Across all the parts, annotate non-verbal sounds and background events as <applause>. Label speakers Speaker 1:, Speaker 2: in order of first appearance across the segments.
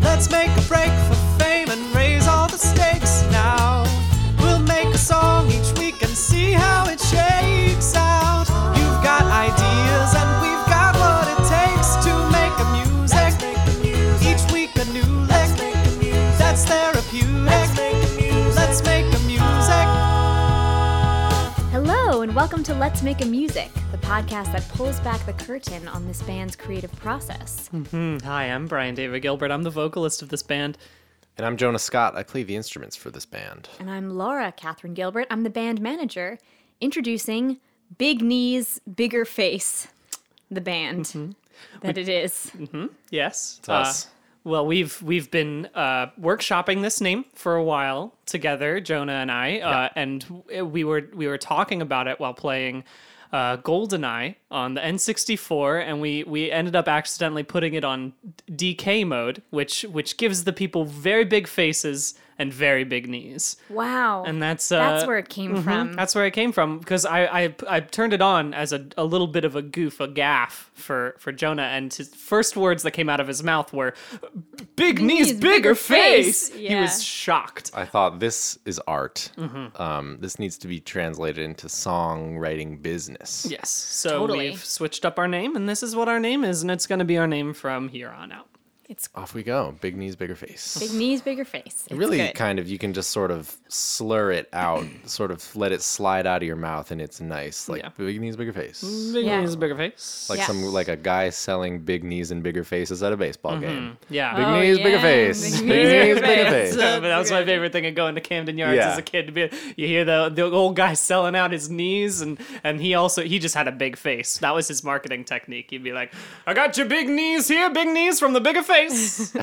Speaker 1: Let's make a break for fame and raise all the stakes now. We'll make a song each week and see how it shakes out. You've got ideas and we've got what it takes to make a music. Each week a new lick. That's therapeutic. Let's make a music.
Speaker 2: Hello, and welcome to Let's Make a Music, the podcast that pulls back the curtain on this band's creative process.
Speaker 1: Hi, I'm Brian David Gilbert. I'm the vocalist of this band.
Speaker 3: And I'm Jonah Scott. I play the instruments for this band.
Speaker 2: And I'm Laura Catherine Gilbert. I'm the band manager, introducing Big Knees, Bigger Face, the band
Speaker 1: Mm-hmm.
Speaker 2: that it is.
Speaker 1: Yes, uh, it's
Speaker 3: us.
Speaker 1: well, we've we've been uh, workshopping this name for a while together, Jonah and I, uh, and w- we were we were talking about it while playing uh, Goldeneye on the N64, and we we ended up accidentally putting it on DK mode, which which gives the people very big faces and very big knees.
Speaker 2: Wow.
Speaker 1: And that's uh,
Speaker 2: That's where it came from.
Speaker 1: That's where it came from because I, I I turned it on as a, a little bit of a goof, a gaff for for Jonah, and his first words that came out of his mouth were "big knees,
Speaker 2: knees,
Speaker 1: bigger,
Speaker 2: bigger
Speaker 1: face."
Speaker 2: face."
Speaker 1: He
Speaker 2: Yeah.
Speaker 1: was shocked.
Speaker 3: I thought this is art.
Speaker 2: Mm-hmm.
Speaker 3: Um, this needs to be translated into songwriting business.
Speaker 1: Yes, so
Speaker 2: Totally.
Speaker 1: we've switched up our name, and this is what our name is, and it's going to be our name from here on out.
Speaker 2: It's
Speaker 3: Off we go. Big knees, bigger face.
Speaker 2: Big Knees, Bigger Face. It's
Speaker 3: really
Speaker 2: good.
Speaker 3: kind of, you can just sort of slur it out,
Speaker 2: <clears throat>
Speaker 3: sort of let it slide out of your mouth, and it's nice. Like
Speaker 1: Yeah.
Speaker 3: big knees, bigger face.
Speaker 1: Big
Speaker 2: Yeah.
Speaker 1: knees, bigger face.
Speaker 3: Like
Speaker 2: Yeah.
Speaker 3: some like a guy selling big knees and bigger faces at a baseball game.
Speaker 1: yeah.
Speaker 3: Big
Speaker 2: Mm-hmm. Oh,
Speaker 3: knees, bigger
Speaker 2: yeah.
Speaker 3: face.
Speaker 2: Big
Speaker 3: Big
Speaker 2: knees,
Speaker 3: knees,
Speaker 2: bigger
Speaker 3: bigger
Speaker 2: face.
Speaker 3: face.
Speaker 1: but that was my favorite thing of going to Camden Yards
Speaker 3: Yeah.
Speaker 1: as a kid. To be, you hear the the old guy selling out his knees, and and he also he just had a big face. That was his marketing technique. He'd be like, "I got your big knees here, big knees from the bigger face.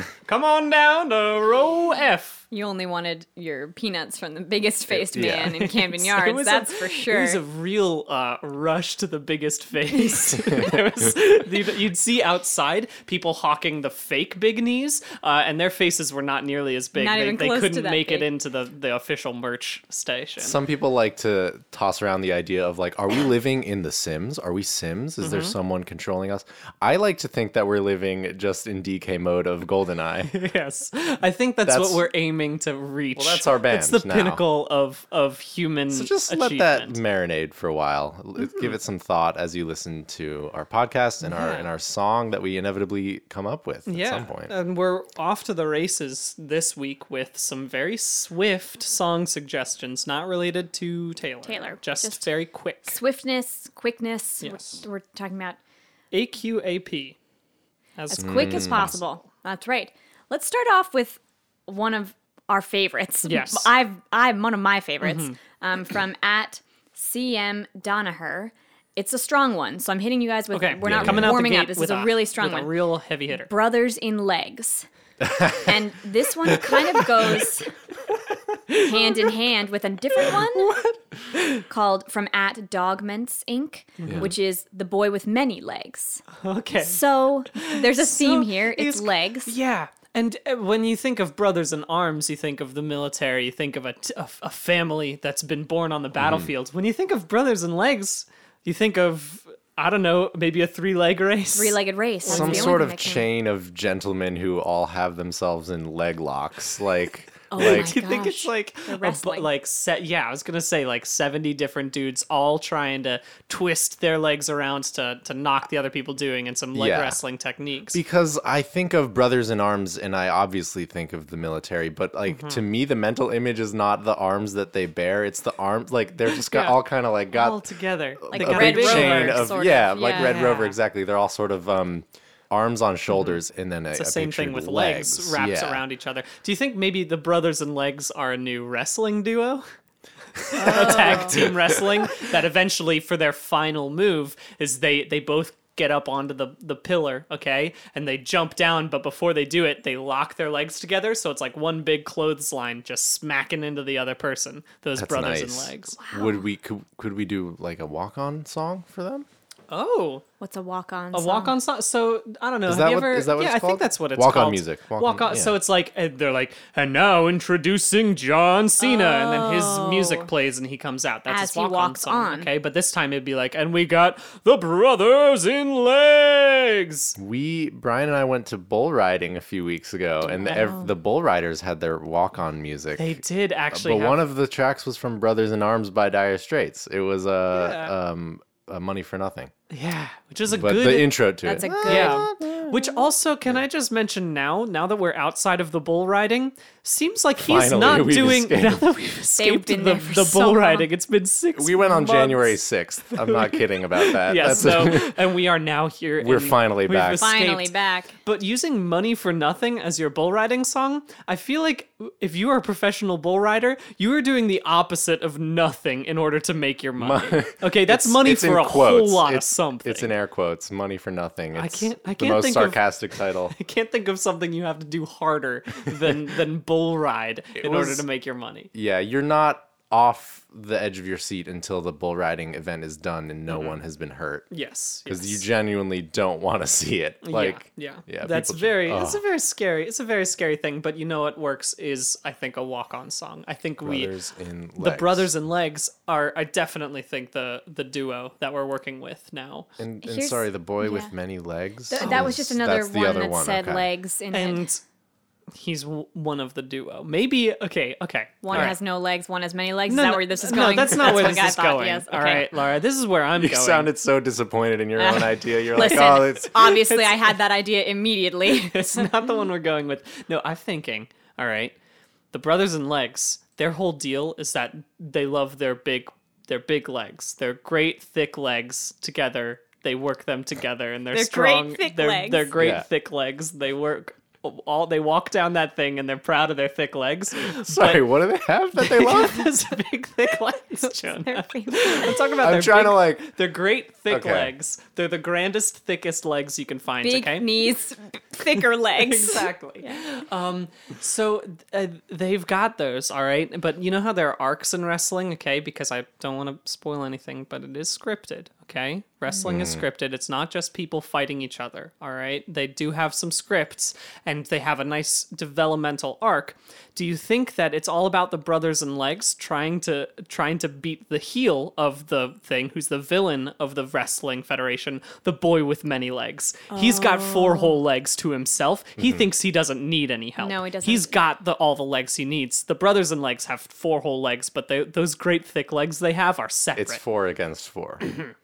Speaker 2: <laughs>
Speaker 1: Come on down to row F."
Speaker 2: You only wanted your peanuts from the biggest faced
Speaker 3: Yeah.
Speaker 2: man in Camden
Speaker 1: So <laughs> it
Speaker 2: Yards,
Speaker 1: was
Speaker 2: that's
Speaker 1: a-
Speaker 2: for sure.
Speaker 1: It was a real uh, rush to the biggest
Speaker 2: <laughs>
Speaker 1: face. <laughs> It was- you'd, you'd see outside people hawking the fake big knees, uh, and their faces were not nearly as big.
Speaker 2: Not
Speaker 1: they
Speaker 2: even
Speaker 1: they
Speaker 2: close to
Speaker 1: couldn't
Speaker 2: that
Speaker 1: make it
Speaker 2: big.
Speaker 1: into the, the official merch station.
Speaker 3: Some people like to toss around the idea of like, are
Speaker 2: <coughs>
Speaker 3: we living in The Sims? Are we Sims? Is there
Speaker 2: Mm-hmm.
Speaker 3: someone controlling us? I like to think that we're living just in DK mode of
Speaker 2: <laughs>
Speaker 3: Goldeneye.
Speaker 1: Yes, I think that's,
Speaker 3: That's-
Speaker 1: what we're aiming to reach. Well,
Speaker 3: that's our
Speaker 1: It's the
Speaker 3: band now.
Speaker 1: pinnacle of of human.
Speaker 3: so just let
Speaker 1: achievement.
Speaker 3: that marinate for a while. L-
Speaker 2: Mm-hmm.
Speaker 3: Give it some thought as you listen to our podcast and our and our song that we inevitably come up with
Speaker 1: yeah.
Speaker 3: at some point.
Speaker 1: And we're off to the races this week with some very swift song suggestions, not related to Taylor.
Speaker 2: Taylor,
Speaker 1: just,
Speaker 2: just-
Speaker 1: very quick.
Speaker 2: Swiftness, quickness. we're-
Speaker 1: Yes.
Speaker 2: We're, talking about
Speaker 1: AQAP.
Speaker 2: as
Speaker 3: Mm.
Speaker 2: quick as possible. That's right. Let's start off with one of our favorites. <laughs>
Speaker 1: Yes. Mm-hmm.
Speaker 2: I've I'm one of my favorites um, from at CM Donaher. It's a strong one, so I'm hitting you guys with.
Speaker 1: Okay,
Speaker 2: we're not
Speaker 1: coming out
Speaker 2: warming
Speaker 1: the gate
Speaker 2: up. This
Speaker 1: with
Speaker 2: is a, really strong
Speaker 1: with
Speaker 2: one.
Speaker 1: a real heavy hitter.
Speaker 2: Brothers in legs, and this one kind of goes
Speaker 1: <laughs>
Speaker 2: hand in hand with a different one called from at Dogments Inc., which is the boy with many legs.
Speaker 1: Okay.
Speaker 2: So there's a theme
Speaker 1: So
Speaker 2: here. It's, legs.
Speaker 1: Yeah. And uh, when you think of brothers in arms, you think of the military, you think of a, t- a f- a family that's been born on the
Speaker 3: Mm-hmm.
Speaker 1: battlefield. When you think of brothers in legs, you think of, I don't know, maybe a three leg race.
Speaker 2: Three-legged race. That's
Speaker 3: some
Speaker 2: the only
Speaker 3: sort
Speaker 2: thing
Speaker 3: of
Speaker 2: I can-
Speaker 3: chain of gentlemen who all have themselves in leg locks, like
Speaker 2: <laughs> Oh
Speaker 3: like
Speaker 1: <laughs>
Speaker 2: my
Speaker 1: You think it's
Speaker 2: gosh.
Speaker 1: like, a bu-
Speaker 2: wrestling.
Speaker 1: like set, yeah, I was going to say like 70 different dudes all trying to twist their legs around to, to knock the other people doing and some leg
Speaker 3: Yeah.
Speaker 1: wrestling techniques.
Speaker 3: Because I think of brothers in arms and I obviously think of the military, but like to
Speaker 1: Mm-hmm.
Speaker 3: me the mental image is not the arms that they bear, it's the arms like they're just got
Speaker 1: Yeah.
Speaker 3: all kind of like got
Speaker 1: all together. Like
Speaker 3: a
Speaker 2: a Red
Speaker 3: big
Speaker 2: Rover,
Speaker 3: chain of
Speaker 2: sort of,
Speaker 3: yeah, like
Speaker 2: yeah.
Speaker 3: Red Rover exactly. They're all sort of um arms on shoulders and then a,
Speaker 1: Mm-hmm. the
Speaker 3: a
Speaker 1: same thing
Speaker 3: pictured
Speaker 1: with legs, wrapped
Speaker 3: yeah.
Speaker 1: around each other. Do you think maybe the brothers and legs are a new wrestling duo? <laughs> a
Speaker 3: Uh,
Speaker 1: tag team wrestling that eventually for their final move is they they both get up onto the the pillar, okay? And they jump down, but before they do it, they lock their legs together so it's like one big clothesline just smacking into the other person. Those
Speaker 3: That's
Speaker 1: brothers
Speaker 3: nice.
Speaker 1: and legs.
Speaker 3: Would we could, could we do like a walk on song for them?
Speaker 1: Oh,
Speaker 2: What's a walk on?
Speaker 1: a walk on song. So I don't know.
Speaker 3: Is
Speaker 1: Have
Speaker 3: that
Speaker 1: you
Speaker 3: what-
Speaker 1: ever?
Speaker 3: is that what
Speaker 1: yeah,
Speaker 3: it's
Speaker 1: I think
Speaker 3: called?
Speaker 1: that's what it's
Speaker 3: Walk on
Speaker 1: called.
Speaker 3: music.
Speaker 1: Walk, on. So it's like uh, they're like, and now introducing John Cena, and then his
Speaker 2: Oh.
Speaker 1: music plays and he comes out. That's
Speaker 2: As
Speaker 1: his
Speaker 2: he
Speaker 1: walk
Speaker 2: walks
Speaker 1: on song.
Speaker 2: on.
Speaker 1: Okay, but this time it'd be like, and we got the brothers in legs.
Speaker 3: We Brian and I went to bull riding a few weeks ago, and the, ev- the bull riders had their walk on music.
Speaker 1: They did actually.
Speaker 3: but
Speaker 1: have-
Speaker 3: one of the tracks was from Brothers in Arms by Dire Straits. It was uh,
Speaker 1: Yeah.
Speaker 3: um, uh, Money for Nothing,
Speaker 1: yeah, which is a
Speaker 3: but
Speaker 1: good
Speaker 3: the intro to
Speaker 2: That's a
Speaker 3: it.
Speaker 2: good.
Speaker 1: Yeah. Which also, can I just mention now, now that we're outside of the bull riding, seems like he's
Speaker 3: Finally,
Speaker 1: not
Speaker 3: we've
Speaker 1: doing
Speaker 3: escaped.
Speaker 1: now that we've escaped
Speaker 2: been
Speaker 1: the,
Speaker 2: there for
Speaker 1: the
Speaker 2: so
Speaker 1: bull
Speaker 2: long.
Speaker 1: riding. It's been six
Speaker 3: we went on
Speaker 1: months.
Speaker 3: January sixth. I'm
Speaker 1: <laughs>
Speaker 3: not kidding about that.
Speaker 1: Yeah,
Speaker 3: That's
Speaker 1: so
Speaker 3: <laughs>
Speaker 1: <laughs> and we are now here.
Speaker 3: We're
Speaker 1: and
Speaker 3: finally
Speaker 1: we've
Speaker 3: back.
Speaker 1: escaped.
Speaker 2: Finally back.
Speaker 1: But using money for nothing as your bull riding song, I feel like if you are a professional bull rider, you are doing the opposite of nothing in order to make your money.
Speaker 3: <laughs>
Speaker 1: okay, that's money
Speaker 3: it's in
Speaker 1: for a
Speaker 3: quotes.
Speaker 1: whole lot
Speaker 3: it's,
Speaker 1: of something.
Speaker 3: It's in air quotes. Money for nothing. It's
Speaker 1: can't- I
Speaker 3: the
Speaker 1: can't
Speaker 3: most
Speaker 1: think of- <laughs>
Speaker 3: sarcastic title.
Speaker 1: I can't think of something you have to do
Speaker 3: <laughs>
Speaker 1: harder than than bull ride in order
Speaker 3: was-
Speaker 1: to make your money.
Speaker 3: Yeah, you're not off the edge of your seat until the bull riding event is done and no one has been hurt.
Speaker 1: Yes,
Speaker 3: Because
Speaker 1: Mm-hmm.
Speaker 3: you
Speaker 1: yes.
Speaker 3: genuinely don't want to see it. Like,
Speaker 1: yeah, yeah,
Speaker 3: yeah,
Speaker 1: that's
Speaker 3: people-
Speaker 1: very. It's
Speaker 3: Ugh.
Speaker 1: a very scary. It's a very scary thing. But you know what works is I think a walk on song. I think
Speaker 3: brothers
Speaker 1: we.
Speaker 3: in
Speaker 1: The
Speaker 3: legs.
Speaker 1: brothers and legs are. I definitely think the the duo that we're working with now.
Speaker 3: and, and
Speaker 2: Here's-
Speaker 3: sorry, the boy
Speaker 2: yeah.
Speaker 3: with many legs.
Speaker 2: Th- that was just
Speaker 3: is-
Speaker 2: another
Speaker 3: that's the
Speaker 2: one
Speaker 3: other
Speaker 2: that
Speaker 3: one,
Speaker 2: said
Speaker 3: okay.
Speaker 2: legs in it.
Speaker 1: and he's w- one of the duo. Maybe okay, okay.
Speaker 2: One
Speaker 1: all right.
Speaker 2: has no legs, one has many legs.
Speaker 1: No,
Speaker 2: is that
Speaker 1: no,
Speaker 2: where this is
Speaker 1: no,
Speaker 2: going?
Speaker 1: that's not where
Speaker 2: what
Speaker 1: this
Speaker 2: I
Speaker 1: is
Speaker 2: thought,
Speaker 1: going.
Speaker 2: Yes.
Speaker 1: All
Speaker 2: okay.
Speaker 1: right, Laura, this is where I'm
Speaker 3: You
Speaker 1: going.
Speaker 3: sounded so disappointed in your own
Speaker 2: <laughs>
Speaker 3: idea. You're like,
Speaker 2: Listen,
Speaker 1: <laughs>
Speaker 3: oh, it's
Speaker 2: obviously I had that idea immediately. <laughs>
Speaker 1: it's not the one we're going with. No, I'm thinking, all right, the brothers and legs, their whole deal is that they love their big their big legs. Their great thick legs together. They work them together and they're
Speaker 2: Their great
Speaker 1: strong.
Speaker 2: thick
Speaker 1: they're,
Speaker 2: legs.
Speaker 1: they're great
Speaker 3: Yeah.
Speaker 1: thick legs. They work all they walk down that thing and they're proud of their thick
Speaker 3: <laughs>
Speaker 1: legs.
Speaker 3: <laughs> sorry, what do they have that they <laughs> love?
Speaker 1: <laughs> Those big thick
Speaker 2: <laughs>
Speaker 1: legs, Jonah. I'm talking about
Speaker 3: I'm
Speaker 1: their
Speaker 3: trying
Speaker 1: big,
Speaker 3: to like
Speaker 1: they're great thick
Speaker 3: Okay.
Speaker 1: legs. They're the grandest, thickest legs you can find.
Speaker 2: Big
Speaker 1: okay,
Speaker 2: knees, thicker legs. <laughs>
Speaker 1: exactly. Um, so uh, they've got those, all right. But you know how there are arcs in wrestling, okay? Because I don't want to spoil anything, but it is scripted, okay? Wrestling is scripted. It's not just people fighting each other, all right? They do have some scripts, and they have a nice developmental arc. Do you think that it's all about the brothers and legs trying to trying to beat the heel of the thing, who's the villain of the wrestling federation, the boy with many legs? He's got four whole legs to himself. He thinks he doesn't need any help.
Speaker 2: No, he doesn't.
Speaker 1: He's got the all the legs he needs. The brothers and legs have four whole legs, but they, those great thick legs they have are separate.
Speaker 3: it's four against <clears throat> four.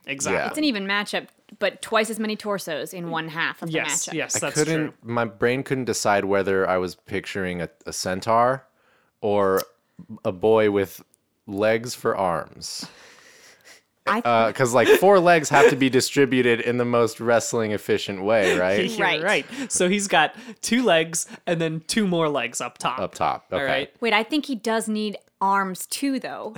Speaker 1: exactly.
Speaker 2: It's an even matchup, but twice as many torsos in one half of
Speaker 1: Yes,
Speaker 2: the matchup.
Speaker 1: yes,
Speaker 3: I
Speaker 1: that's
Speaker 3: couldn't.
Speaker 1: true.
Speaker 3: My brain couldn't decide whether I was picturing a, a centaur or a boy with legs for arms.
Speaker 2: I-
Speaker 3: Because like <laughs> four legs have to be distributed in the most wrestling efficient way,
Speaker 2: <laughs>
Speaker 3: right?
Speaker 1: You're
Speaker 2: Right.
Speaker 1: right. So he's got two legs and then two more legs up top.
Speaker 3: Up top.
Speaker 1: All
Speaker 3: Okay.
Speaker 1: right.
Speaker 2: Wait, I think he does need arms
Speaker 1: <laughs>
Speaker 2: too, though.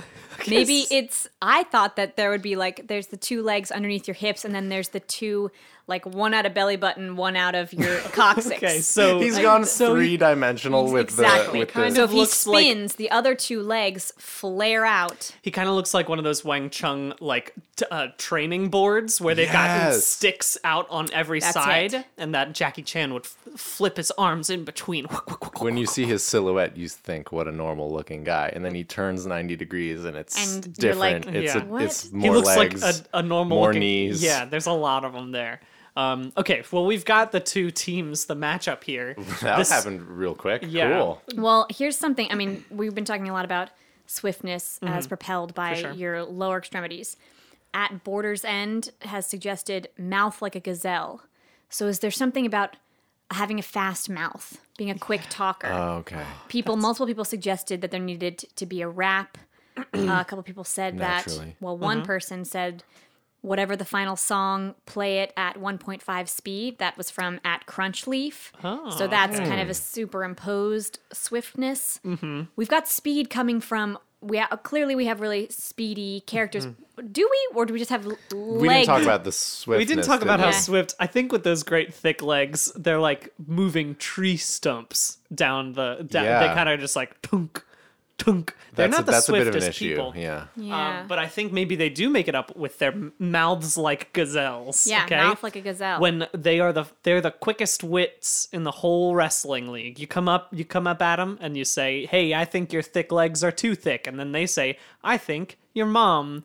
Speaker 2: Maybe it's. I thought that there would be like there's the two legs underneath your hips, and then there's the two like one out of belly button, one out
Speaker 1: <laughs>
Speaker 2: of your coccyx.
Speaker 1: Okay, so
Speaker 3: <laughs> He's gone
Speaker 1: so
Speaker 3: three dimensional with
Speaker 2: exactly.
Speaker 3: the with
Speaker 1: Kind
Speaker 2: so
Speaker 3: the,
Speaker 1: of
Speaker 2: if he
Speaker 1: looks like-
Speaker 2: spins, the other two legs flare out.
Speaker 1: He kind of looks like one of those Wang Chung like t- uh, training boards where they've got
Speaker 3: Yes.
Speaker 1: sticks out on every
Speaker 2: That's
Speaker 1: side,
Speaker 2: it.
Speaker 1: and that Jackie Chan would f- flip his arms in between.
Speaker 3: when you see his silhouette, you think, "What a normal looking guy," and then he turns ninety degrees, and it's
Speaker 2: And you're like,
Speaker 3: different. it's
Speaker 1: Yeah.
Speaker 3: a, it's
Speaker 2: He
Speaker 3: more
Speaker 1: he looks
Speaker 3: legs,
Speaker 1: like a, a normal
Speaker 3: more
Speaker 1: looking-
Speaker 3: knees.
Speaker 1: Yeah, there's a lot of them there. Um, okay, well we've got the two teams, the matchup here.
Speaker 3: <laughs> that
Speaker 1: This-
Speaker 3: happened real quick.
Speaker 1: Yeah.
Speaker 3: Cool.
Speaker 2: Well, here's something. I mean, we've been talking a lot about swiftness as propelled by
Speaker 1: sure.
Speaker 2: your lower extremities. At Borders End has suggested mouth like a gazelle. So is there something about having a fast mouth, being a quick talker?
Speaker 3: Okay.
Speaker 2: people, multiple people suggested that there needed to be
Speaker 1: <clears throat>
Speaker 2: a rap. uh, a couple people said that.
Speaker 3: Naturally.
Speaker 2: Well, one
Speaker 1: Uh-huh.
Speaker 2: person said whatever the final song, play it at 1.5 speed. That was from at Crunchleaf.
Speaker 1: Oh,
Speaker 2: So that's kind of a superimposed swiftness. Mm-hmm. We've got speed coming from. We ha- clearly we have really speedy characters.
Speaker 1: Mm-hmm.
Speaker 2: Do we, or do we just have l-
Speaker 3: We didn't
Speaker 2: legs?
Speaker 3: talk about the swiftness.
Speaker 1: We didn't talk about how
Speaker 2: Yeah.
Speaker 1: swift. I think with those great thick legs, they're like moving tree stumps down the. Down, They
Speaker 3: Yeah.
Speaker 1: kind of just like punk, tunk. They're
Speaker 3: that's
Speaker 1: not
Speaker 3: a,
Speaker 1: the
Speaker 3: that's a bit of
Speaker 1: swiftest
Speaker 3: an issue.
Speaker 1: people.
Speaker 3: Yeah.
Speaker 2: Yeah.
Speaker 1: Um, but I think maybe they do make it up with their m- mouths like gazelles.
Speaker 2: Yeah,
Speaker 1: okay?
Speaker 2: mouth like a gazelle.
Speaker 1: When they are the they're the quickest wits in the whole wrestling league. You come up you come up at them and you say, "Hey, I think your thick legs are too thick," and then they say, "I think your mom."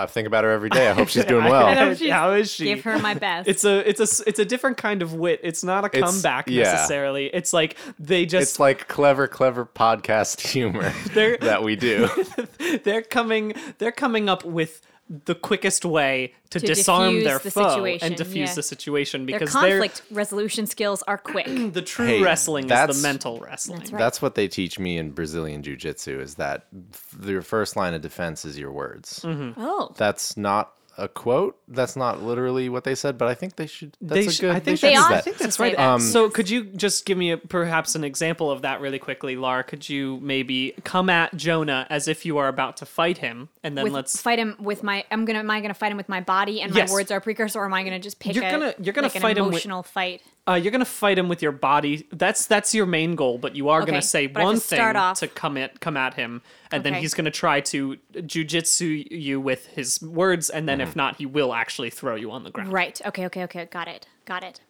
Speaker 3: I think about her
Speaker 1: <laughs>
Speaker 3: every day. I hope she's doing
Speaker 1: I
Speaker 3: well.
Speaker 1: know <laughs>
Speaker 2: she's-
Speaker 1: <laughs> How is she?
Speaker 2: Give her my best.
Speaker 1: It's a it's a s- it's a different kind of wit. It's not a
Speaker 3: It's-
Speaker 1: comeback
Speaker 3: yeah.
Speaker 1: necessarily. It's like they just
Speaker 3: It's like clever, clever podcast <laughs> humor
Speaker 1: <laughs> They're-
Speaker 3: that
Speaker 1: <laughs>
Speaker 3: we do.
Speaker 1: they're coming they're coming up with the quickest way to,
Speaker 2: To
Speaker 1: disarm
Speaker 2: diffuse
Speaker 1: their
Speaker 2: the
Speaker 1: foe
Speaker 2: situation,
Speaker 1: and diffuse
Speaker 2: yeah.
Speaker 1: the situation
Speaker 2: Their
Speaker 1: because they're
Speaker 2: conflict resolution skills
Speaker 1: <clears throat>
Speaker 2: are quick.
Speaker 1: the true
Speaker 3: Hey,
Speaker 1: wrestling is
Speaker 3: that's-
Speaker 1: the mental wrestling.
Speaker 2: That's right.
Speaker 3: That's what they teach me in Brazilian Jiu Jitsu is that f- your first line of defense is your words.
Speaker 2: Oh.
Speaker 3: That's not a quote. That's not literally what they said, but I think they should. That's a
Speaker 1: sh-
Speaker 3: good.
Speaker 1: I think
Speaker 3: they
Speaker 2: they
Speaker 3: should
Speaker 2: ought to
Speaker 3: do that. Um,
Speaker 2: say
Speaker 1: That's right.
Speaker 2: that.
Speaker 1: so could you just give me a, perhaps an example of that really quickly, Lar? Could you maybe come at Jonah as if you are about to fight him, and then
Speaker 2: with,
Speaker 1: let's
Speaker 2: fight him with my. I'm gonna. Am I gonna fight him with my body and
Speaker 1: Yes.
Speaker 2: my words are a precursor, or am I gonna just pick?
Speaker 1: You're
Speaker 2: a-
Speaker 1: gonna- you're gonna
Speaker 2: like
Speaker 1: fight him
Speaker 2: an
Speaker 1: with-
Speaker 2: emotional fight.
Speaker 1: uh, you're going to fight him with your body. That's that's your main goal, but you are going
Speaker 2: Okay,
Speaker 1: to say
Speaker 2: but I have
Speaker 1: one
Speaker 2: to
Speaker 1: thing
Speaker 2: start off-
Speaker 1: to come at come at him, and then
Speaker 2: Okay.
Speaker 1: he's going to try to jujitsu you with his words, and then if
Speaker 3: Mm-hmm.
Speaker 1: not, he will actually throw you on the ground.
Speaker 2: Right. Okay. Okay. Okay. Got it. Got it.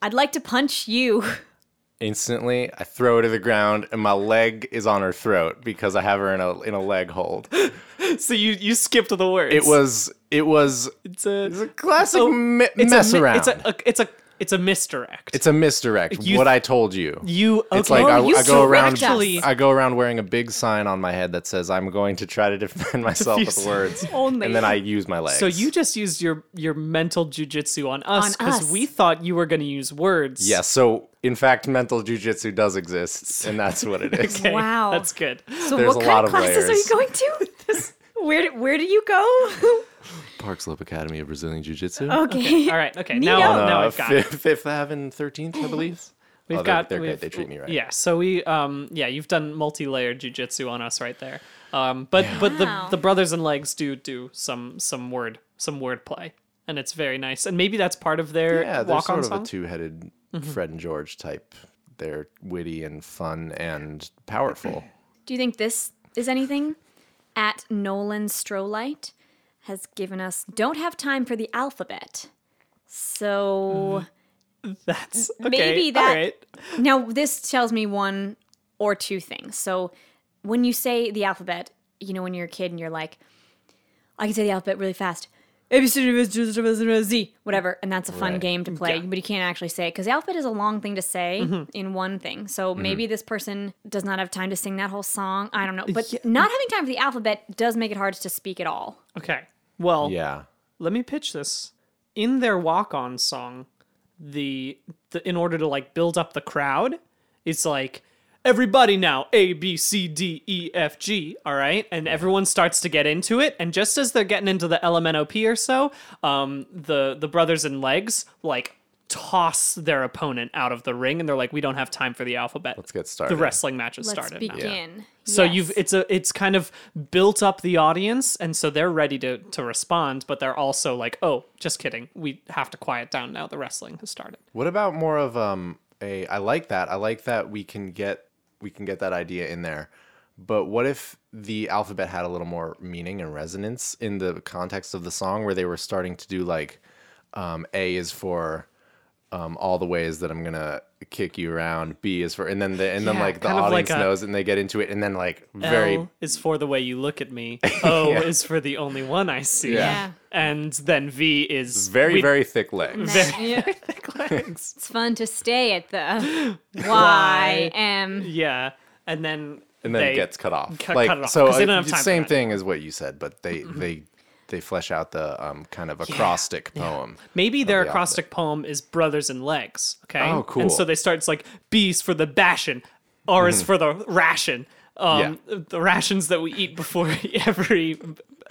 Speaker 2: I'd like to
Speaker 1: <laughs>
Speaker 2: punch you.
Speaker 3: Instantly, I throw her to the ground, and my leg is on her throat because I have her in a in a leg hold.
Speaker 1: <laughs> So you you skipped the words.
Speaker 3: It was it was
Speaker 1: it's a,
Speaker 3: it's a classic
Speaker 1: Oh,
Speaker 3: mi-
Speaker 1: it's a
Speaker 3: mess
Speaker 1: mi-
Speaker 3: around.
Speaker 1: It's a, it's a it's a misdirect.
Speaker 3: It's a misdirect.
Speaker 1: You-
Speaker 3: what I told you.
Speaker 1: you. Okay.
Speaker 3: It's like I,
Speaker 1: you
Speaker 3: I go around.
Speaker 2: Oh, correct us.
Speaker 1: actually.
Speaker 3: I go around wearing a big sign on my head that says "I'm going to try to defend <laughs> myself with
Speaker 1: Diffuse- <laughs>
Speaker 3: words,"
Speaker 2: Only.
Speaker 3: and then I use my legs.
Speaker 1: So you just used your your mental jujitsu on us
Speaker 2: On
Speaker 1: because
Speaker 2: us.
Speaker 1: we thought you were going to use words.
Speaker 3: Yeah, so in fact, mental jujitsu does exist, and that's
Speaker 1: <laughs>
Speaker 3: what it is.
Speaker 1: <laughs> Okay,
Speaker 2: Wow.
Speaker 1: That's good.
Speaker 2: So
Speaker 3: There's
Speaker 2: what
Speaker 3: a
Speaker 2: kind
Speaker 3: lot
Speaker 2: of
Speaker 3: of
Speaker 2: classes are
Speaker 3: layers.
Speaker 2: you going to?
Speaker 1: <laughs>
Speaker 2: This, where do- where do you go?
Speaker 3: Park Slope Academy of Brazilian Jiu Jitsu.
Speaker 2: okay.
Speaker 1: All right. <laughs> Okay.
Speaker 2: Neato.
Speaker 1: Now,
Speaker 3: Oh,
Speaker 2: On,
Speaker 1: Oh, now
Speaker 3: <laughs>
Speaker 1: I've got. it.
Speaker 3: Uh, Fifth, Fifth Ave and 13th, I believe.
Speaker 1: We've
Speaker 3: Oh, they're-
Speaker 1: got.
Speaker 3: They're
Speaker 1: we've-
Speaker 3: good. They treat me right.
Speaker 1: Yeah. So we. Um. Yeah. You've done multi-layered jujitsu on us right there. Um. But but
Speaker 2: Wow.
Speaker 1: the the brothers and legs do do some some word some word play and it's very nice and maybe that's part of their
Speaker 3: Yeah, they're
Speaker 1: walk on
Speaker 3: sort of
Speaker 1: song. Mm-hmm.
Speaker 3: a two-headed Fred and George type. They're witty and fun and
Speaker 1: <clears throat>
Speaker 3: powerful.
Speaker 2: Do you think this is anything? At Nolan Strolite has given us don't have time for the alphabet.
Speaker 1: Mm-hmm.
Speaker 2: So
Speaker 1: <laughs> that's okay.
Speaker 2: Maybe
Speaker 1: All
Speaker 2: that-
Speaker 1: right.
Speaker 2: now this tells me one or two things. So when you say the alphabet, you know, when you're a kid and you're like, I can say the alphabet really fast. A, B, C, D, E, F, G, H, I, J, K, L, M, N, O, P, Q, R, S, T, U, V, W, Z, whatever. And that's a fun
Speaker 3: Right.
Speaker 2: game to play, but you can't actually say it because the alphabet is a long thing to say in one thing. So maybe this person does not have time to sing that whole song. I don't know. But not having time for the alphabet does make it hard to speak at all.
Speaker 1: Okay. Well.
Speaker 3: Yeah.
Speaker 1: let me pitch this in their walk on song the, the in order to like build up the crowd it's like everybody now a b c d e f g all right and everyone starts to get into it and just as they're getting into the lmnop or so um the the brothers in legs like toss their opponent out of the ring and they're like we don't have time for the alphabet
Speaker 3: Let's get started.
Speaker 1: the wrestling match is
Speaker 2: Let's
Speaker 1: started now.
Speaker 2: begin.
Speaker 1: So
Speaker 2: Yes.
Speaker 1: you've it's a it's kind of built up the audience and so they're ready to to respond, but they're also like, oh, just kidding. We have to quiet down now. The wrestling has started.
Speaker 3: What about more of um a I like that. I like that we can get we can get that idea in there. But what if the alphabet had a little more meaning and resonance in the context of the song where they were starting to do like um A is for um all the ways that I'm going to kick you around. B is for and then the and then
Speaker 1: Yeah,
Speaker 3: like the
Speaker 1: kind of like
Speaker 3: audience
Speaker 1: a-
Speaker 3: knows and they get into it and then like very
Speaker 1: L is for the way you look at
Speaker 3: <laughs>
Speaker 1: me. O is for the only one I see.
Speaker 2: Yeah.
Speaker 1: And then V is
Speaker 3: very
Speaker 1: we- <laughs>
Speaker 3: very thick legs.
Speaker 2: Yeah.
Speaker 1: thick legs.
Speaker 2: It's fun to stay at the Y M.
Speaker 1: yeah. And then
Speaker 3: and then
Speaker 1: they,
Speaker 3: it gets cut off.
Speaker 1: cut-
Speaker 3: like
Speaker 1: cut it off,
Speaker 3: so,
Speaker 1: 'cause they don't
Speaker 3: uh,
Speaker 1: have
Speaker 3: the
Speaker 1: time for
Speaker 3: same
Speaker 1: that. Mm-hmm.
Speaker 3: thing as what you said, but they they they flesh out the um, kind of acrostic poem.
Speaker 1: Maybe their
Speaker 3: the
Speaker 1: acrostic poem is brothers and legs. Okay.
Speaker 3: Oh, cool. Mm-hmm.
Speaker 1: And so they start it's like B's for the bashin, R is for the ration. Um, the rations that we eat before <laughs> every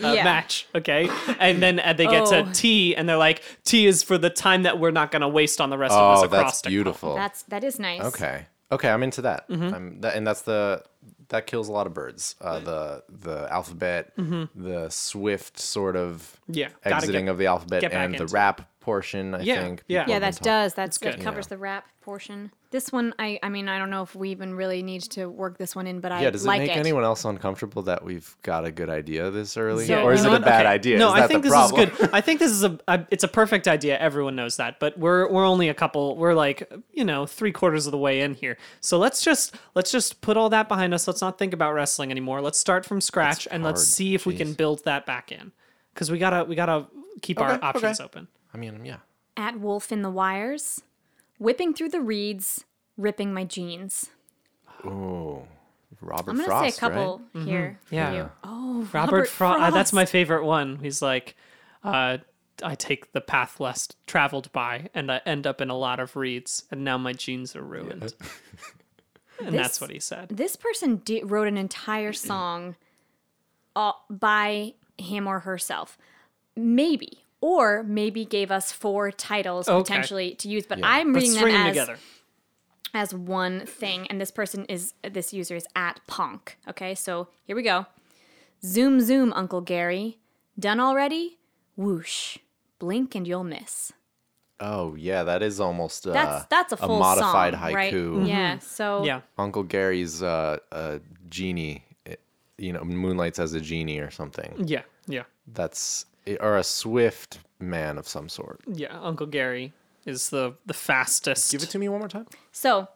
Speaker 1: uh,
Speaker 2: Yeah.
Speaker 1: match. Okay. And then uh, they get
Speaker 2: Oh.
Speaker 1: to T, and they're like, T is for the time that we're not going to waste on the rest of
Speaker 3: Oh,
Speaker 1: this acrostic.
Speaker 3: that's
Speaker 1: poem." Mm-hmm.
Speaker 3: beautiful.
Speaker 2: That's that is nice.
Speaker 3: okay, okay, I'm into that. I'm that, and that's the that kills a lot of birds. Uh, the the alphabet, the swift sort of
Speaker 1: Mm-hmm. Yeah, gotta
Speaker 3: exiting
Speaker 1: get-
Speaker 3: of the alphabet,
Speaker 1: get back
Speaker 3: and the
Speaker 1: into it.
Speaker 3: rap portion, I
Speaker 1: Yeah,
Speaker 3: think.
Speaker 1: yeah.
Speaker 3: people
Speaker 2: Yeah,
Speaker 3: have been
Speaker 2: that
Speaker 3: talking-
Speaker 2: does. That's
Speaker 1: good.
Speaker 2: that covers the rap portion. This one, I I mean, I don't know if we even really need to work this one in, but I
Speaker 3: Yeah, does it
Speaker 2: like
Speaker 3: make anyone else uncomfortable that we've got a good idea this early?
Speaker 2: So-
Speaker 1: You
Speaker 3: or is
Speaker 1: know
Speaker 3: it a
Speaker 1: what?
Speaker 3: bad
Speaker 1: Okay.
Speaker 3: idea?
Speaker 1: No,
Speaker 3: is
Speaker 1: I
Speaker 3: that
Speaker 1: think
Speaker 3: the
Speaker 1: this
Speaker 3: problem?
Speaker 1: is good. I think this is a, a it's a perfect idea. Everyone knows that, but we're we're only a couple. We're like you know three quarters of the way in here. So let's just let's just put all that behind us. Let's not think about wrestling anymore. Let's start from scratch and let's
Speaker 3: hard.
Speaker 1: see if we can build that back in because we gotta we gotta keep our
Speaker 3: Okay,
Speaker 1: options
Speaker 3: okay.
Speaker 1: open.
Speaker 3: I mean, yeah.
Speaker 2: At Wolf in the Wires, whipping through the reeds, ripping my jeans.
Speaker 3: Oh, Robert
Speaker 2: I'm gonna
Speaker 3: Frost,
Speaker 2: say a couple
Speaker 3: right?
Speaker 2: here.
Speaker 1: Mm-hmm.
Speaker 2: for
Speaker 1: Yeah.
Speaker 2: you.
Speaker 1: Yeah.
Speaker 2: Oh,
Speaker 1: Robert, Frost. Uh, that's my favorite one. He's like, uh, I take the path less traveled by, and I end up in a lot of reeds, and now my jeans are ruined. <laughs> and that's
Speaker 2: This-
Speaker 1: what he said.
Speaker 2: This person di- wrote an
Speaker 3: <clears throat>
Speaker 2: entire song all- by him or herself. Maybe. Or maybe gave us four titles
Speaker 1: Okay.
Speaker 2: potentially to use, but I'm
Speaker 1: Let's
Speaker 2: reading them
Speaker 1: string them
Speaker 2: as
Speaker 1: together.
Speaker 2: as one thing, and this person is this user is at Ponk. Okay, so here we go. Zoom zoom, Uncle Gary. Done already? Whoosh. Blink and you'll miss.
Speaker 3: Oh, yeah, that is almost uh,
Speaker 2: That's that's a full
Speaker 3: modified
Speaker 2: song,
Speaker 3: haiku. Mm-hmm.
Speaker 2: right? Yeah. So
Speaker 1: Yeah.
Speaker 3: Uncle Gary's uh, a genie, it- you know, moonlights as a genie or something.
Speaker 1: Yeah. Yeah.
Speaker 3: That's eh, or a swift man of some sort.
Speaker 1: Yeah. Uncle Gary is the the fastest.
Speaker 3: Give it to me one more time.
Speaker 2: So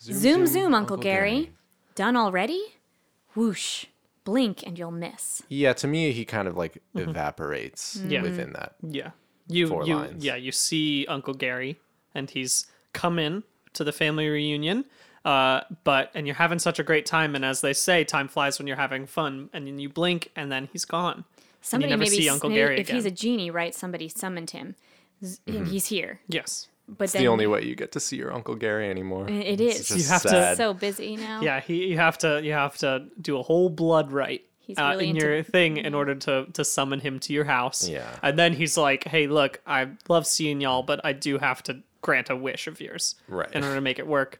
Speaker 2: zoom zoom, Uncle, Gary. Done already? Whoosh. Blink and you'll miss.
Speaker 3: Yeah, to me, he kind of like
Speaker 2: Mm-hmm.
Speaker 3: evaporates
Speaker 2: Mm.
Speaker 1: Yeah.
Speaker 3: within that.
Speaker 1: yeah. You
Speaker 3: Four
Speaker 1: you
Speaker 3: lines.
Speaker 1: yeah, you see Uncle Gary and he's come in to the family reunion. Uh, but and you're having such a great time, and as they say, time flies when you're having fun. And then you blink, and then he's gone.
Speaker 2: Somebody
Speaker 1: never
Speaker 2: maybe,
Speaker 1: see
Speaker 2: s-
Speaker 1: Uncle
Speaker 2: maybe
Speaker 1: Gary
Speaker 2: if he's a
Speaker 1: again.
Speaker 2: genie, right? Somebody summoned him. Z- and He's here,
Speaker 1: Yes.
Speaker 2: but
Speaker 3: Mm-hmm. It's
Speaker 2: then Eh,
Speaker 3: the only way you get to see your Uncle Gary anymore.
Speaker 2: it
Speaker 3: It's
Speaker 2: is.
Speaker 3: just
Speaker 1: You have to-
Speaker 3: sad.
Speaker 2: so busy now.
Speaker 1: Yeah, he you have to you have to do a whole blood rite
Speaker 2: He's
Speaker 1: uh,
Speaker 2: really
Speaker 1: in
Speaker 2: into- Mm-hmm.
Speaker 1: your thing in order to to summon him to your house.
Speaker 3: Yeah.
Speaker 1: and then he's like, "Hey, look, I love seeing y'all, but I do have to grant a wish of yours,
Speaker 3: Right.
Speaker 1: in order to make it work."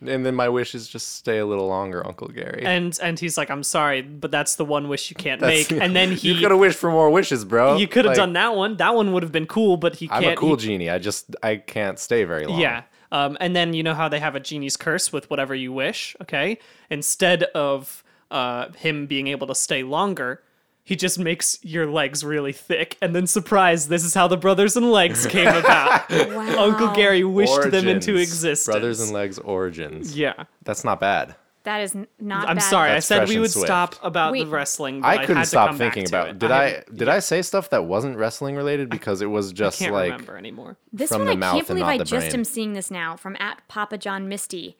Speaker 3: and then my wish is just stay a little longer, Uncle Gary.
Speaker 1: And and he's like, "I'm sorry, but that's the one wish you can't
Speaker 3: That's- <laughs>
Speaker 1: make." And then he.
Speaker 3: you could have wished for more wishes, bro.
Speaker 1: you could have
Speaker 3: Like,
Speaker 1: done that one. That one would have been cool, but he
Speaker 3: I'm
Speaker 1: can't.
Speaker 3: a cool
Speaker 1: he-
Speaker 3: genie. I just I can't stay very long.
Speaker 1: Yeah. Um, and then you know how they have a genie's curse with whatever you wish, okay? Instead of uh, him being able to stay longer, he just makes your legs really thick. And then, surprise, this is how the brothers and
Speaker 3: <laughs>
Speaker 1: legs came about.
Speaker 2: Wow.
Speaker 1: Uncle Gary wished them into
Speaker 3: Origins.
Speaker 1: existence.
Speaker 3: Brothers and Legs Origins.
Speaker 1: Yeah.
Speaker 3: That's not bad.
Speaker 2: That is n- not.
Speaker 1: I'm
Speaker 2: bad.
Speaker 1: sorry.
Speaker 3: That's
Speaker 1: I said
Speaker 3: fresh
Speaker 1: we
Speaker 3: and
Speaker 1: would
Speaker 3: swift.
Speaker 1: stop about
Speaker 2: Wait.
Speaker 1: the wrestling. But
Speaker 3: I couldn't
Speaker 1: had to
Speaker 3: stop
Speaker 1: come back
Speaker 3: thinking
Speaker 1: to
Speaker 3: about.
Speaker 1: it.
Speaker 3: Did
Speaker 1: haven't-
Speaker 3: I did I say stuff that wasn't wrestling related because it was just
Speaker 1: can't
Speaker 3: like
Speaker 1: remember anymore.
Speaker 2: This
Speaker 3: from
Speaker 2: one,
Speaker 3: the
Speaker 2: I
Speaker 3: mouth and
Speaker 2: can't believe
Speaker 3: not
Speaker 2: I
Speaker 3: the
Speaker 2: just
Speaker 3: brain.
Speaker 2: am seeing this now from at Papa John
Speaker 3: <laughs>
Speaker 2: Misty.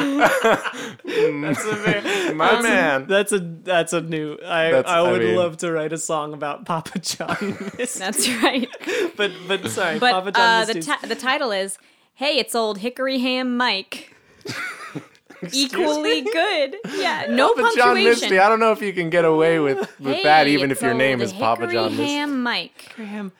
Speaker 3: <laughs> my man.
Speaker 1: That's a that's a new. I
Speaker 3: That's-
Speaker 1: I
Speaker 3: I
Speaker 1: would
Speaker 3: mean-
Speaker 1: love to write a song about Papa
Speaker 2: <laughs>
Speaker 1: John. <laughs>
Speaker 2: That's right.
Speaker 1: but but sorry,
Speaker 2: But
Speaker 1: Papa John.
Speaker 2: uh,
Speaker 1: is
Speaker 2: the
Speaker 1: too-
Speaker 2: ti- the title is "Hey, it's Old Hickory Ham
Speaker 3: <laughs>
Speaker 2: Mike." Equally good. Yeah. No
Speaker 3: Papa John
Speaker 2: punctuation.
Speaker 3: Misty. I don't know if you can get away with, with
Speaker 2: Hey,
Speaker 3: that, even
Speaker 2: it's
Speaker 3: if your name
Speaker 2: old
Speaker 3: is Papa
Speaker 2: Hickory
Speaker 3: John Misty.
Speaker 2: Ham Mike.
Speaker 1: Graham.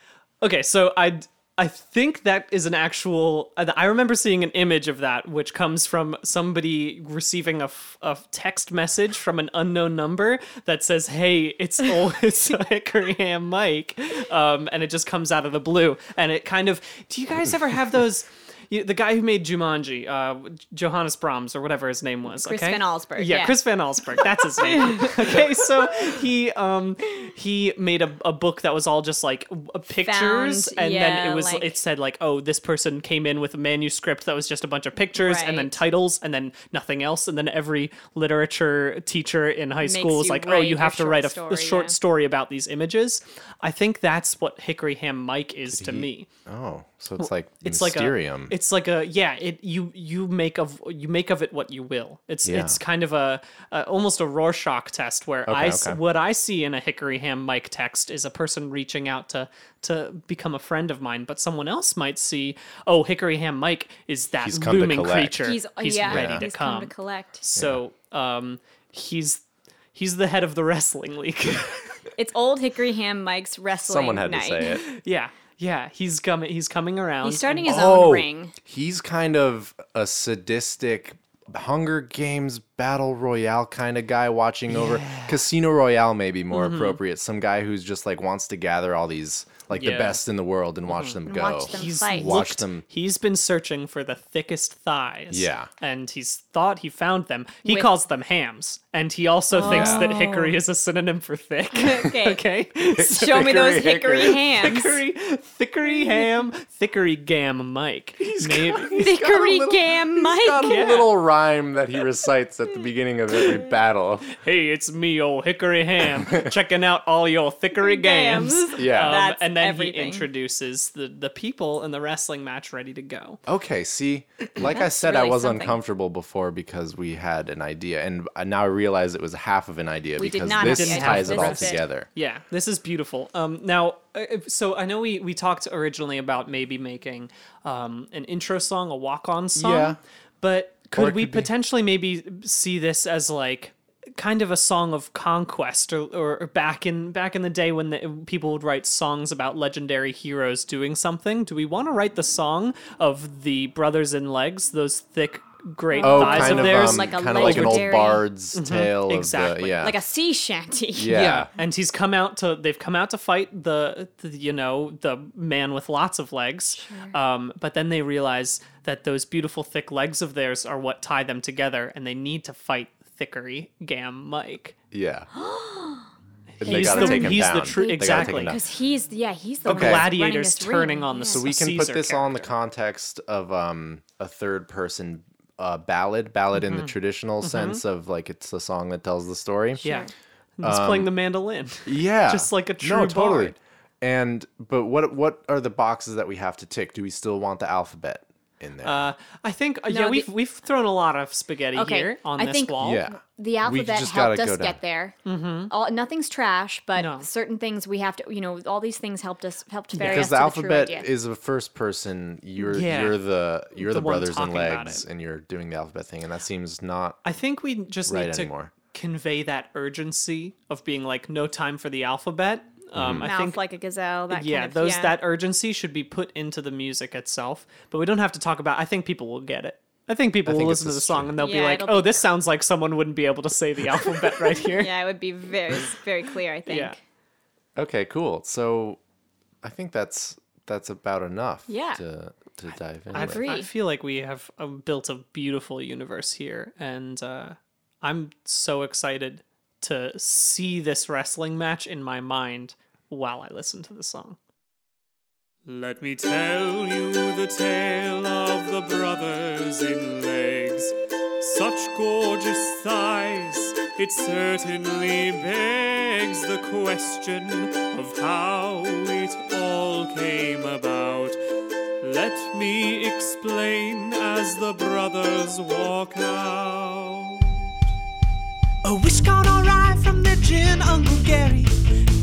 Speaker 1: Okay, so I I think that is an actual. I I remember seeing an image of that, which comes from somebody receiving a, f- a text message from an unknown number that says, "Hey,
Speaker 2: <laughs>
Speaker 1: it's old, it's <laughs> Hickory Ham Mike," um, and it just comes out of the blue. And it kind of. Do you guys ever have those? You, the guy who made Jumanji, uh, Johannes Brahms or whatever his name was.
Speaker 2: Chris
Speaker 1: okay?
Speaker 2: Van Allsburg,
Speaker 1: Yeah,
Speaker 2: yeah.
Speaker 1: Chris Van Allsburg. That's his
Speaker 2: <laughs>
Speaker 1: name. okay, so he um he made a, a book that was all just like w- pictures,
Speaker 2: Found-
Speaker 1: and then
Speaker 2: yeah,
Speaker 1: it was
Speaker 2: like-
Speaker 1: it said like, oh, this person came in with a manuscript that was just a bunch of pictures and then
Speaker 2: Right.
Speaker 1: titles and then nothing else, and then every literature teacher in high school was
Speaker 2: you
Speaker 1: like, oh,
Speaker 2: write
Speaker 1: you
Speaker 2: your
Speaker 1: have to
Speaker 2: short
Speaker 1: write a,
Speaker 2: story,
Speaker 1: a short
Speaker 2: yeah.
Speaker 1: story about these images. I think that's what Hickory Ham Mike is to
Speaker 3: he-
Speaker 1: me
Speaker 3: Oh, so it's like
Speaker 1: it's
Speaker 3: Mysterium.
Speaker 1: like a, it's like a yeah it you you make of you make of it what you will it's
Speaker 3: Yeah.
Speaker 1: it's kind of a, a almost a Rorschach test where I s-
Speaker 3: okay.
Speaker 1: what I see in a Hickory Ham Mike text is a person reaching out to to become a friend of mine but someone else might see oh Hickory Ham Mike is that
Speaker 3: He's come to
Speaker 1: looming
Speaker 3: collect.
Speaker 1: creature
Speaker 2: He's, oh, yeah,
Speaker 1: ready to
Speaker 2: he's
Speaker 1: come,
Speaker 2: to collect.
Speaker 1: so um he's he's the head of the wrestling league <laughs>
Speaker 2: It's Old Hickory Ham Mike's wrestling
Speaker 3: Someone had
Speaker 2: night.
Speaker 3: to say it.
Speaker 1: yeah yeah he's coming he's coming around
Speaker 3: Oh.
Speaker 2: He's starting
Speaker 1: and-
Speaker 2: his own ring.
Speaker 3: He's kind of a sadistic Hunger Games battle royale kind of guy watching over Casino Royale maybe more
Speaker 2: Mm-hmm.
Speaker 3: appropriate. Some guy who's just like wants to gather all these like the
Speaker 1: Yeah.
Speaker 3: best in the world and watch them
Speaker 2: Mm-hmm.
Speaker 3: go.
Speaker 2: watch them. <laughs>
Speaker 1: He's
Speaker 2: Fight.
Speaker 3: Watch
Speaker 1: looked-
Speaker 3: them.
Speaker 1: He's been searching for the thickest thighs.
Speaker 3: Yeah.
Speaker 1: and he's thought he found them. He
Speaker 2: With-
Speaker 1: calls them hams, and he also thinks that
Speaker 2: Oh.
Speaker 1: hickory is a synonym for
Speaker 2: <laughs>
Speaker 1: thick.
Speaker 2: <laughs>
Speaker 3: <laughs>
Speaker 2: Okay.
Speaker 1: <laughs> okay.
Speaker 2: Show me those
Speaker 3: Hickory,
Speaker 2: hickory, hams.
Speaker 1: Thickery, thickery ham, thickery gam, Mike. Maybe-
Speaker 2: Hickory gam Mike.
Speaker 3: Got a little rhyme that he recites at the beginning
Speaker 2: <laughs>
Speaker 3: of every battle.
Speaker 1: <laughs> hey, it's me, old hickory ham, checking out all your thickery gams.
Speaker 2: Gams.
Speaker 3: Yeah.
Speaker 1: Um,
Speaker 2: That's
Speaker 1: and then he
Speaker 2: everything.
Speaker 1: introduces the, the people in the wrestling match ready to go.
Speaker 2: <clears throat>
Speaker 3: Okay, see, like I said, I
Speaker 2: really
Speaker 3: was
Speaker 2: something.
Speaker 3: uncomfortable before because we had an idea, and I- now I realize it was half of an idea
Speaker 2: We did
Speaker 3: because
Speaker 2: not have
Speaker 3: this
Speaker 2: the idea.
Speaker 3: ties it
Speaker 2: This
Speaker 3: all
Speaker 2: is it.
Speaker 3: together.
Speaker 1: Yeah, this is beautiful. Um, now, uh, so I know we, we talked originally about maybe making um, an intro song, a walk on song.
Speaker 3: Yeah.
Speaker 1: But
Speaker 3: Or
Speaker 1: could
Speaker 3: it
Speaker 1: we
Speaker 3: could be-
Speaker 1: potentially maybe see this as like kind of a song of conquest or, or back in back in the day when the, people would write songs about legendary heroes doing something do we want to write the song of the brothers in legs those thick great
Speaker 3: Oh,
Speaker 1: thighs
Speaker 3: kind
Speaker 1: of
Speaker 3: of,
Speaker 1: theirs
Speaker 3: um,
Speaker 2: Like a
Speaker 3: kind of like an old
Speaker 2: legendary-
Speaker 3: bard's tale. Of
Speaker 1: exactly.
Speaker 3: the, yeah.
Speaker 2: Like a sea shanty.
Speaker 3: yeah.
Speaker 1: and he's come out to they've come out to fight the, the you know the man with lots of legs um, but then they realize that those beautiful thick legs of theirs are what tie them together and they need to fight thickery gam mike
Speaker 3: Yeah.
Speaker 1: <gasps>
Speaker 3: And they
Speaker 1: He's
Speaker 3: gotta
Speaker 1: the-
Speaker 3: take him
Speaker 1: he's the
Speaker 3: down.
Speaker 1: true-
Speaker 3: They gotta take him
Speaker 1: exactly.
Speaker 3: down.
Speaker 2: Because he's yeah, he's the
Speaker 3: Okay.
Speaker 2: one that's running
Speaker 1: gladiators
Speaker 2: this ring.
Speaker 1: turning on the
Speaker 2: Yeah.
Speaker 3: So we can
Speaker 1: Caesar
Speaker 3: put this all in the
Speaker 1: character.
Speaker 3: context of um, a third person uh, ballad, ballad in the traditional sense of like it's a song that tells the story.
Speaker 1: yeah and he's
Speaker 3: Um,
Speaker 1: playing the mandolin
Speaker 3: Yeah.
Speaker 1: Just like a
Speaker 3: No,
Speaker 1: true
Speaker 3: totally.
Speaker 1: bard.
Speaker 3: And but what what are the boxes that we have to tick? Do we still want the alphabet in there?
Speaker 1: uh, i think uh, yeah
Speaker 2: the-
Speaker 1: we've we've thrown a lot of spaghetti
Speaker 2: Okay,
Speaker 1: here on
Speaker 2: I
Speaker 1: this
Speaker 2: think-
Speaker 1: wall
Speaker 3: yeah.
Speaker 2: The alphabet
Speaker 3: just
Speaker 2: helped
Speaker 3: gotta
Speaker 2: us
Speaker 3: go down.
Speaker 2: get there. Mm-hmm. All, nothing's trash, but
Speaker 1: No.
Speaker 2: certain things we have to, you know, all these things helped us helped ferry
Speaker 3: because
Speaker 2: us
Speaker 3: the
Speaker 2: to
Speaker 3: alphabet
Speaker 2: the true idea.
Speaker 3: is a first person. You're
Speaker 1: Yeah.
Speaker 3: you're the you're
Speaker 1: The
Speaker 3: the,
Speaker 1: one
Speaker 3: brothers and
Speaker 1: talking about
Speaker 3: legs,
Speaker 1: it.
Speaker 3: and you're doing the alphabet thing, and that seems not
Speaker 1: I think we just
Speaker 3: right
Speaker 1: need to
Speaker 3: anymore.
Speaker 1: convey that urgency of being like no time for the alphabet. Um,
Speaker 3: Mm-hmm.
Speaker 1: I
Speaker 2: Mouth
Speaker 1: think
Speaker 2: like a gazelle. That
Speaker 1: yeah,
Speaker 2: kind of,
Speaker 1: those
Speaker 2: yeah.
Speaker 1: that urgency should be put into the music itself, but we don't have to talk about. I think people will get it. I think people
Speaker 3: think
Speaker 1: will
Speaker 3: it's
Speaker 1: listen to
Speaker 3: a
Speaker 1: the song
Speaker 3: string.
Speaker 1: and they'll be
Speaker 2: Yeah,
Speaker 1: like,
Speaker 2: it'll
Speaker 1: "Oh,
Speaker 2: be-
Speaker 1: this sounds like someone wouldn't be able to say
Speaker 2: <laughs>
Speaker 1: the alphabet right here."
Speaker 2: Yeah, it would be very very clear. I think.
Speaker 1: Yeah.
Speaker 3: Okay, cool. So I think that's that's about enough
Speaker 2: Yeah.
Speaker 3: to to dive in.
Speaker 1: I,
Speaker 3: with.
Speaker 2: agree.
Speaker 1: I feel like we have uh, built a beautiful universe here, and uh, I'm so excited to see this wrestling match in my mind while I listen to the song.
Speaker 4: Let me tell you the tale of the brothers in legs. Such gorgeous thighs, it certainly begs the question of how it all came about. Let me explain as the brothers walk out.
Speaker 5: A wish gone awry from their gin, Uncle Gary.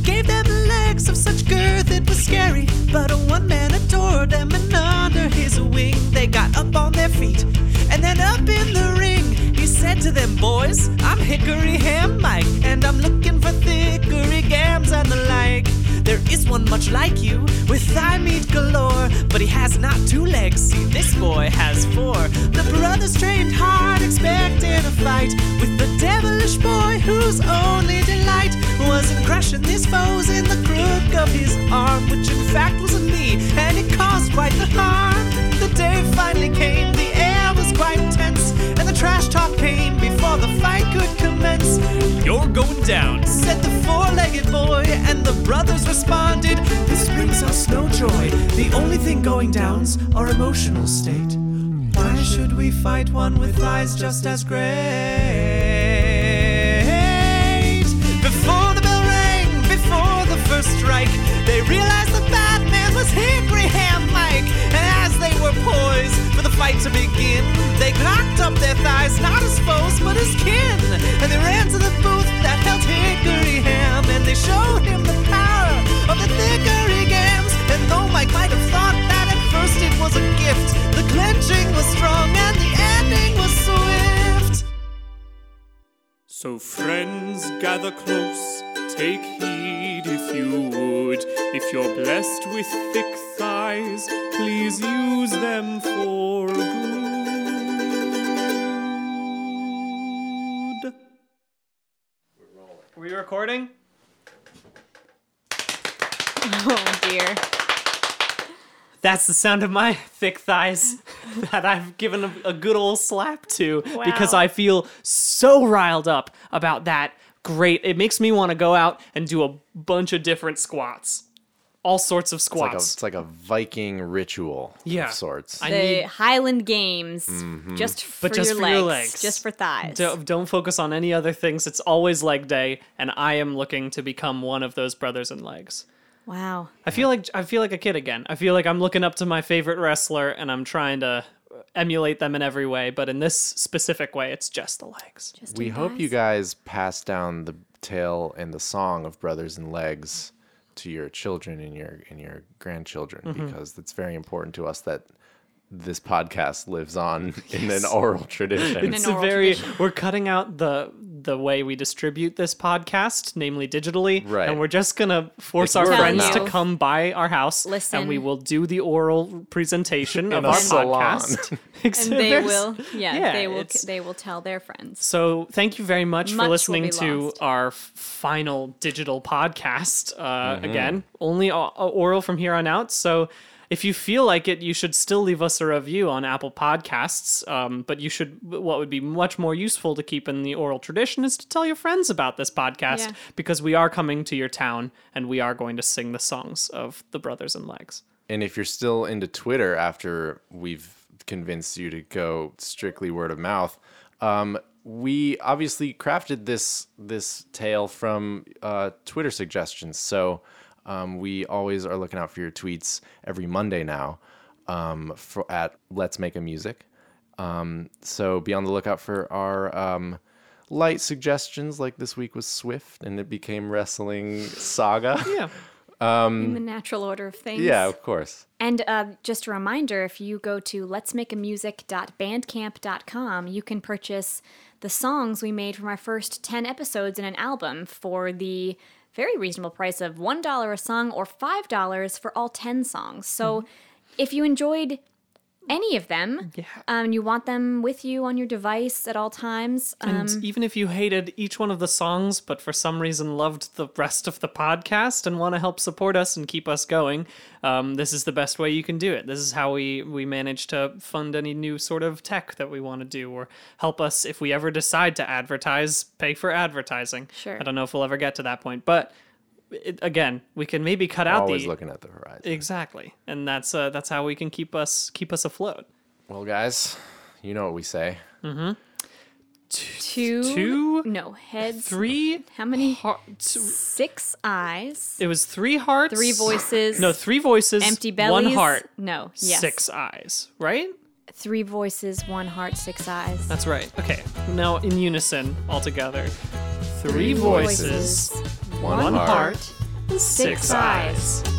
Speaker 5: Gave them legs of such girth it was scary. But a one man adored them, and under his wing they got up on their feet. And then up in the ring, he said to them, Boys, I'm Hickory Ham Mike, and I'm looking for thickery gams and the like. There is one much like you, with thigh meat galore, but he has not two legs. See, this boy has four. The brothers trained hard, expecting a fight with the devilish boy whose only delight was in crushing his foes in the crook of his arm, which in fact was a knee, and it caused quite the harm. The day finally came, the air was quite tense, and the trash talk came before the fight could commence. You're going down, said the four-legged boy, and the brothers responded, This brings us no joy. The only thing going down's our emotional state. Why should we fight one with eyes just as great? Before the bell rang, before the first strike, they realized the bad man was Hickory Ham Mike. And as they were poised for the fight to begin, they locked up their thighs, not as foes, but as kin. And they ran to the booth that held Hickory Ham, and they showed him the power of the Hickory Gams. And though Mike might have thought that at first it was a gift, the clenching was strong and the ending was swift.
Speaker 4: So, friends, gather close, take heed if you would. If you're blessed with thick thighs, please use them for good.
Speaker 1: recording?
Speaker 2: <laughs> Oh dear.
Speaker 1: That's the sound of my <laughs> thick thighs <laughs> that I've given a, a good old slap to because
Speaker 2: Wow.
Speaker 1: I feel so riled up about that. Great. It makes me want to go out and do a bunch of different squats. All sorts of
Speaker 3: It's like, a,
Speaker 1: squats.
Speaker 3: it's like a Viking ritual
Speaker 1: Yeah.
Speaker 3: of sorts.
Speaker 1: I
Speaker 2: The
Speaker 1: need
Speaker 2: Highland Games,
Speaker 3: Mm-hmm.
Speaker 2: just for,
Speaker 1: But just
Speaker 2: your,
Speaker 1: for
Speaker 2: legs,
Speaker 1: your legs.
Speaker 2: just for thighs.
Speaker 1: don't, don't focus on any other things. It's always leg day and I am looking to become one of those brothers in legs.
Speaker 2: Wow.
Speaker 1: I feel like I feel like a kid again. I feel like I'm looking up to my favorite wrestler and I'm trying to emulate them in every way, but in this specific way, it's just the legs.
Speaker 2: Just
Speaker 3: We
Speaker 2: in
Speaker 3: hope you
Speaker 2: thighs.
Speaker 3: guys pass down the tale and the song of Brothers and Legs to your children and your and your grandchildren
Speaker 1: Mm-hmm.
Speaker 3: because it's very important to us that this podcast lives on in an oral tradition.
Speaker 2: an
Speaker 1: It's a
Speaker 2: oral
Speaker 1: very
Speaker 2: tradition.
Speaker 1: we're cutting out the the way we distribute this podcast, namely digitally,
Speaker 3: Right.
Speaker 1: and we're just gonna force
Speaker 3: It's
Speaker 1: our
Speaker 3: word of
Speaker 1: friends to
Speaker 2: mouth.
Speaker 1: come by our house, and we
Speaker 2: Listen.
Speaker 1: will do the oral presentation of
Speaker 3: a
Speaker 1: our
Speaker 3: salon. <laughs>
Speaker 1: podcast. <laughs>
Speaker 2: And they will, yeah,
Speaker 1: yeah,
Speaker 2: they will.
Speaker 1: it's-
Speaker 2: They will tell their friends.
Speaker 1: So thank you very much
Speaker 2: Much
Speaker 1: for
Speaker 2: will
Speaker 1: listening
Speaker 2: be
Speaker 1: to
Speaker 2: lost.
Speaker 1: our f- final digital podcast. Uh, Again, only o- oral from here on out. So if you feel like it, you should still leave us a review on Apple Podcasts. Um, but you should. What would be much more useful to keep in the oral tradition is to tell your friends about this podcast
Speaker 2: Yeah.
Speaker 1: because we are coming to your town and we are going to sing the songs of the Brothers and Legs.
Speaker 3: And if you're still into Twitter after we've convinced you to go strictly word of mouth, um, we obviously crafted this this tale from uh, Twitter suggestions. So um, we always are looking out for your tweets every Monday now um, for, at Let's Make a Music. Um, so be on the lookout for our um, light suggestions. Like this week was Swift, and it became wrestling saga.
Speaker 1: Yeah.
Speaker 2: in the natural order of things.
Speaker 3: yeah, of course.
Speaker 2: And uh, just a reminder if you go to letsmakeamusic.bandcamp.com, you can purchase the songs we made from our first 10 episodes in an album for the very reasonable price of $1 a song or $5 for all 10 songs. So
Speaker 1: Mm-hmm.
Speaker 2: if you enjoyed any of them, um, you want them with you on your device at all times. Um,
Speaker 1: And even if you hated each one of the songs, but for some reason loved the rest of the podcast and want to help support us and keep us going, um, this is the best way you can do it. This is how we we manage to fund any new sort of tech that we want to do, or help us if we ever decide to advertise, pay for advertising.
Speaker 2: Sure.
Speaker 1: I don't know if we'll ever get to that point, but it, again, we can maybe cut out
Speaker 3: Always
Speaker 1: the
Speaker 3: looking at the horizon.
Speaker 1: exactly, and that's uh, that's how we can keep us keep us afloat.
Speaker 3: Well, guys, you know what we say.
Speaker 2: two,
Speaker 1: Two,
Speaker 2: no, heads,
Speaker 1: three,
Speaker 2: how many?
Speaker 1: heart- two-
Speaker 2: Six eyes,
Speaker 1: It was three hearts,
Speaker 2: three voices.
Speaker 1: No, three voices,
Speaker 2: <clears throat> empty bellies.
Speaker 1: one heart,
Speaker 2: No, yes.
Speaker 1: six eyes. Right?
Speaker 2: Three voices, one heart, six eyes.
Speaker 1: That's right. Okay. Now in unison, all together. Three voices,
Speaker 2: voices,
Speaker 3: One
Speaker 1: one
Speaker 3: heart,
Speaker 1: heart, six eyes.
Speaker 2: eyes.